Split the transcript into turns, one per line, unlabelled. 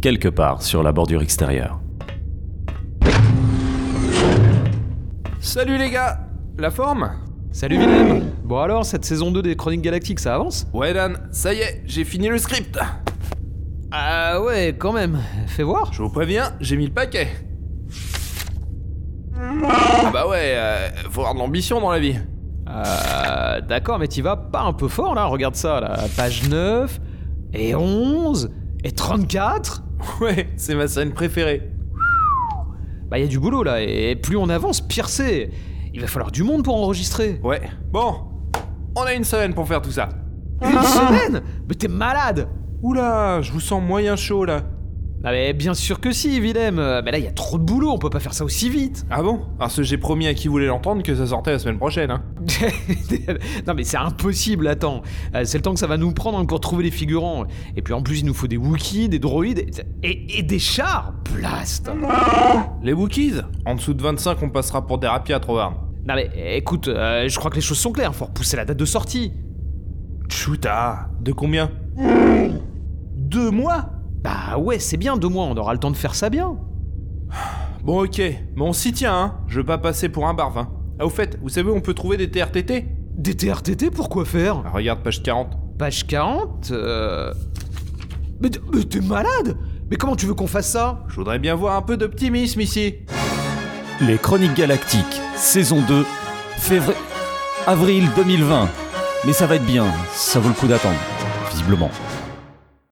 quelque part sur la bordure extérieure.
Salut les gars La forme
Salut Willem Bon alors, cette saison 2 des Chroniques Galactiques, ça avance
Ouais Dan, ça y est, j'ai fini le script
Ah ouais, quand même. Fais voir.
Je vous préviens, j'ai mis le paquet Ah bah ouais, euh, faut avoir de l'ambition dans la vie
Euh, d'accord, mais t'y vas pas un peu fort là, regarde ça, là. Page 9, et 11, et 34
Ouais, c'est ma scène préférée
Bah y a du boulot là, et plus on avance, pire c'est. Il va falloir du monde pour enregistrer.
Ouais, bon, on a une semaine pour faire tout ça
Une semaine Mais t'es malade
Oula, je vous sens moyen chaud là
Ah mais bien sûr que si, Willem euh, Mais là y a trop de boulot, on peut pas faire ça aussi vite
Ah bon Parce que j'ai promis à qui voulait l'entendre que ça sortait la semaine prochaine hein
Non mais c'est impossible, attends Euh, C'est le temps que ça va nous prendre pour trouver les figurants. Et puis en plus il nous faut des Wookiees, des droïdes, et- et, et des chars Blast
Les Wookiees En dessous de 25, on passera pour des rapiers à Trovarne
Non mais écoute, euh, je crois que les choses sont claires, faut repousser la date de sortie.
Chuta De combien Deux mois
Bah ouais, c'est bien, deux mois, on aura le temps de faire ça bien.
Bon ok, mais on s'y tient hein, je veux pas passer pour un barve hein. Ah au fait, vous savez où on peut trouver des TRTT
Des TRTT, pourquoi faire
Ah, Regarde page 40.
Page 40 euh... Mais t- mais t'es malade Mais comment tu veux qu'on fasse ça
Je voudrais bien voir un peu d'optimisme ici.
Les Chroniques Galactiques, saison 2, février, avril 2020. Mais ça va être bien, ça vaut le coup d'attendre, visiblement.